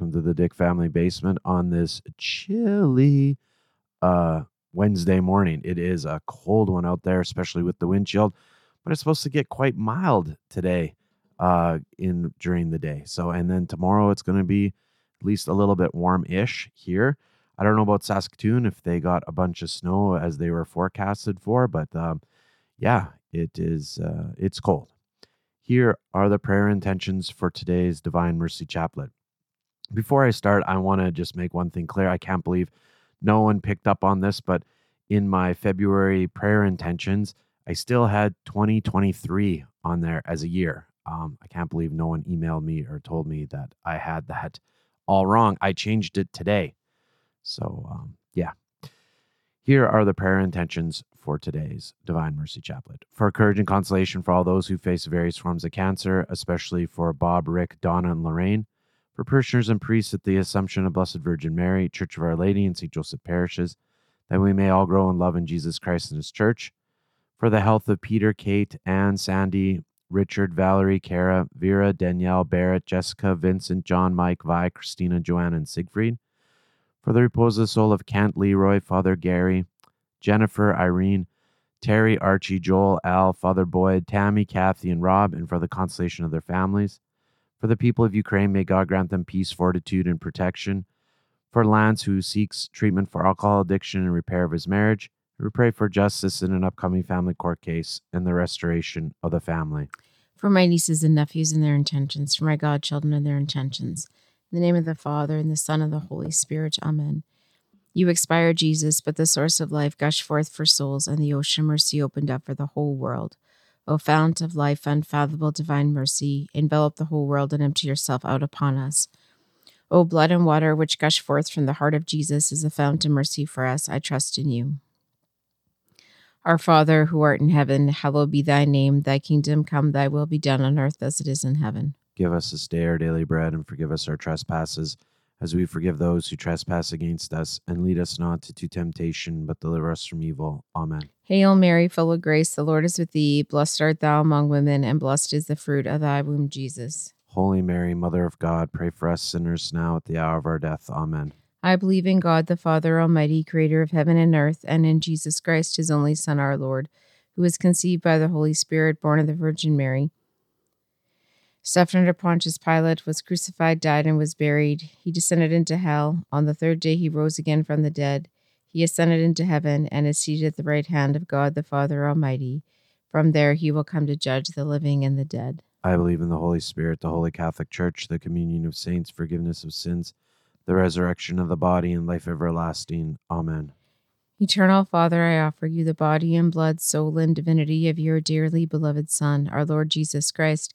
into the Dick Family Basement on this chilly uh, Wednesday morning. It is a cold one out there, especially with the wind chill, but it's supposed to get quite mild today uh, in during the day. So, and then tomorrow it's going to be at least a little bit warm-ish here. I don't know about Saskatoon if they got a bunch of snow as they were forecasted for, but um, yeah, it is. Uh, it's cold. Here are the prayer intentions for today's Divine Mercy Chaplet. Before I start, I want to just make one thing clear. I can't believe no one picked up on this, but in my February prayer intentions, I still had 2023 on there as a year. Um, I can't believe no one emailed me or told me that I had that all wrong. I changed it today. So, um, yeah. Here are the prayer intentions for today's Divine Mercy Chaplet. For courage and consolation for all those who face various forms of cancer, especially for Bob, Rick, Donna, and Lorraine. For parishioners and priests at the Assumption of Blessed Virgin Mary, Church of Our Lady, and St. Joseph parishes, that we may all grow in love in Jesus Christ and His Church. For the health of Peter, Kate, Anne, Sandy, Richard, Valerie, Kara, Vera, Danielle, Barrett, Jessica, Vincent, John, Mike, Vi, Christina, Joanna, and Siegfried. For the repose of the soul of Kent, Leroy, Father Gary, Jennifer, Irene, Terry, Archie, Joel, Al, Father Boyd, Tammy, Kathy, and Rob, and for the consolation of their families. For the people of Ukraine, may God grant them peace, fortitude, and protection. For Lance, who seeks treatment for alcohol addiction and repair of his marriage, we pray for justice in an upcoming family court case and the restoration of the family. for my nieces and nephews and their intentions, for my godchildren and their intentions. In the name of the Father, and the Son, and the Holy Spirit. Amen. You expire, Jesus, but the source of life gush forth for souls, and the ocean mercy opened up for the whole world. O fount of life, unfathomable divine mercy, envelop the whole world and empty yourself out upon us. O blood and water which gush forth from the heart of Jesus is a fount of mercy for us. I trust in you. Our Father, who art in heaven, hallowed be thy name. Thy kingdom come, thy will be done on earth as it is in heaven. Give us this day our daily bread, and forgive us our trespasses, as we forgive those who trespass against us. And lead us not into temptation, but deliver us from evil. Amen. Hail Mary, full of grace, the Lord is with thee. Blessed art thou among women, and blessed is the fruit of thy womb, Jesus. Holy Mary, Mother of God, pray for us sinners now at the hour of our death. Amen. I believe in God, the Father Almighty, creator of heaven and earth, and in Jesus Christ, his only Son, our Lord, who was conceived by the Holy Spirit, born of the Virgin Mary. Suffered under Pontius Pilate, was crucified, died, and was buried. He descended into hell. On the third day, he rose again from the dead. He ascended into heaven and is seated at the right hand of God, the Father Almighty. From there, he will come to judge the living and the dead. I believe in the Holy Spirit, the Holy Catholic Church, the communion of saints, forgiveness of sins, the resurrection of the body, and life everlasting. Amen. Eternal Father, I offer you the body and blood, soul and divinity of your dearly beloved Son, our Lord Jesus Christ,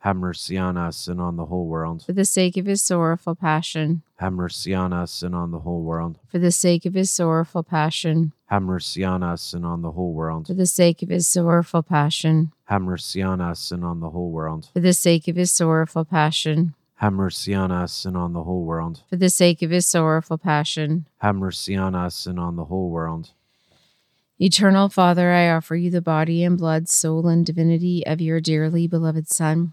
Have mercy on us and on the whole world. for the sake of his sorrowful passion. Have mercy on us and on the whole world. for the sake of his sorrowful passion, Have mercy on us and on the whole world. for the sake of his sorrowful passion, Have mercy on us and on the whole world. for the sake of his sorrowful passion, Have mercy on us and on the whole world. for the sake of his sorrowful passion. Have mercy on us and on the whole world. Eternal Father, I offer you the body and blood, soul and divinity of your dearly beloved Son,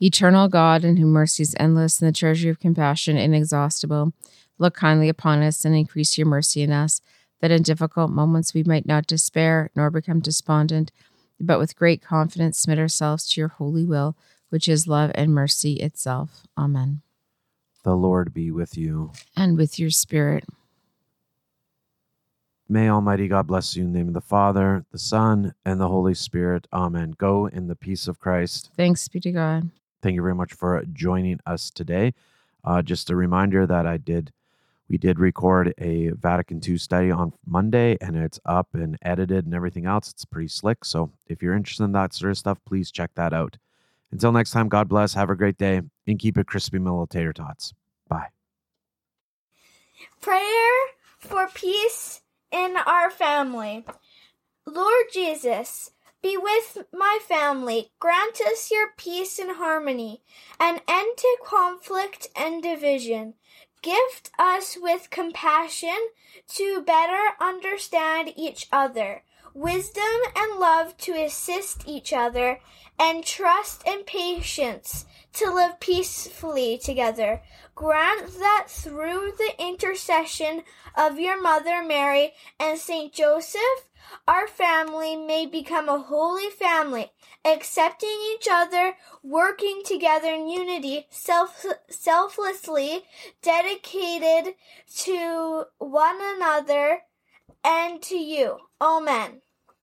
Eternal God, in whom mercy is endless and the treasury of compassion inexhaustible, look kindly upon us and increase your mercy in us, that in difficult moments we might not despair nor become despondent but with great confidence submit ourselves to your holy will, which is love and mercy itself. Amen. The Lord be with you. And with your spirit. May Almighty God bless you in the name of the Father, the Son, and the Holy Spirit. Amen. Go in the peace of Christ. Thanks be to God. thank you very much for joining us today. Uh, just a reminder that I did, we did record a Vatican II study on Monday, and it's up and edited and everything else. It's pretty slick. So if you're interested in that sort of stuff, please check that out. Until next time, God bless. Have a great day, and keep it crispy, mellow tater tots. Bye. Prayer for peace in our family. Lord Jesus, be with my family. Grant us your peace and harmony, an end to conflict and division. Gift us with compassion to better understand each other, wisdom and love to assist each other, and trust and patience to live peacefully together. Grant that through the intercession of your Mother Mary and Saint Joseph, our family may become a holy family, accepting each other, working together in unity, self- selflessly, dedicated to one another and to you. Amen.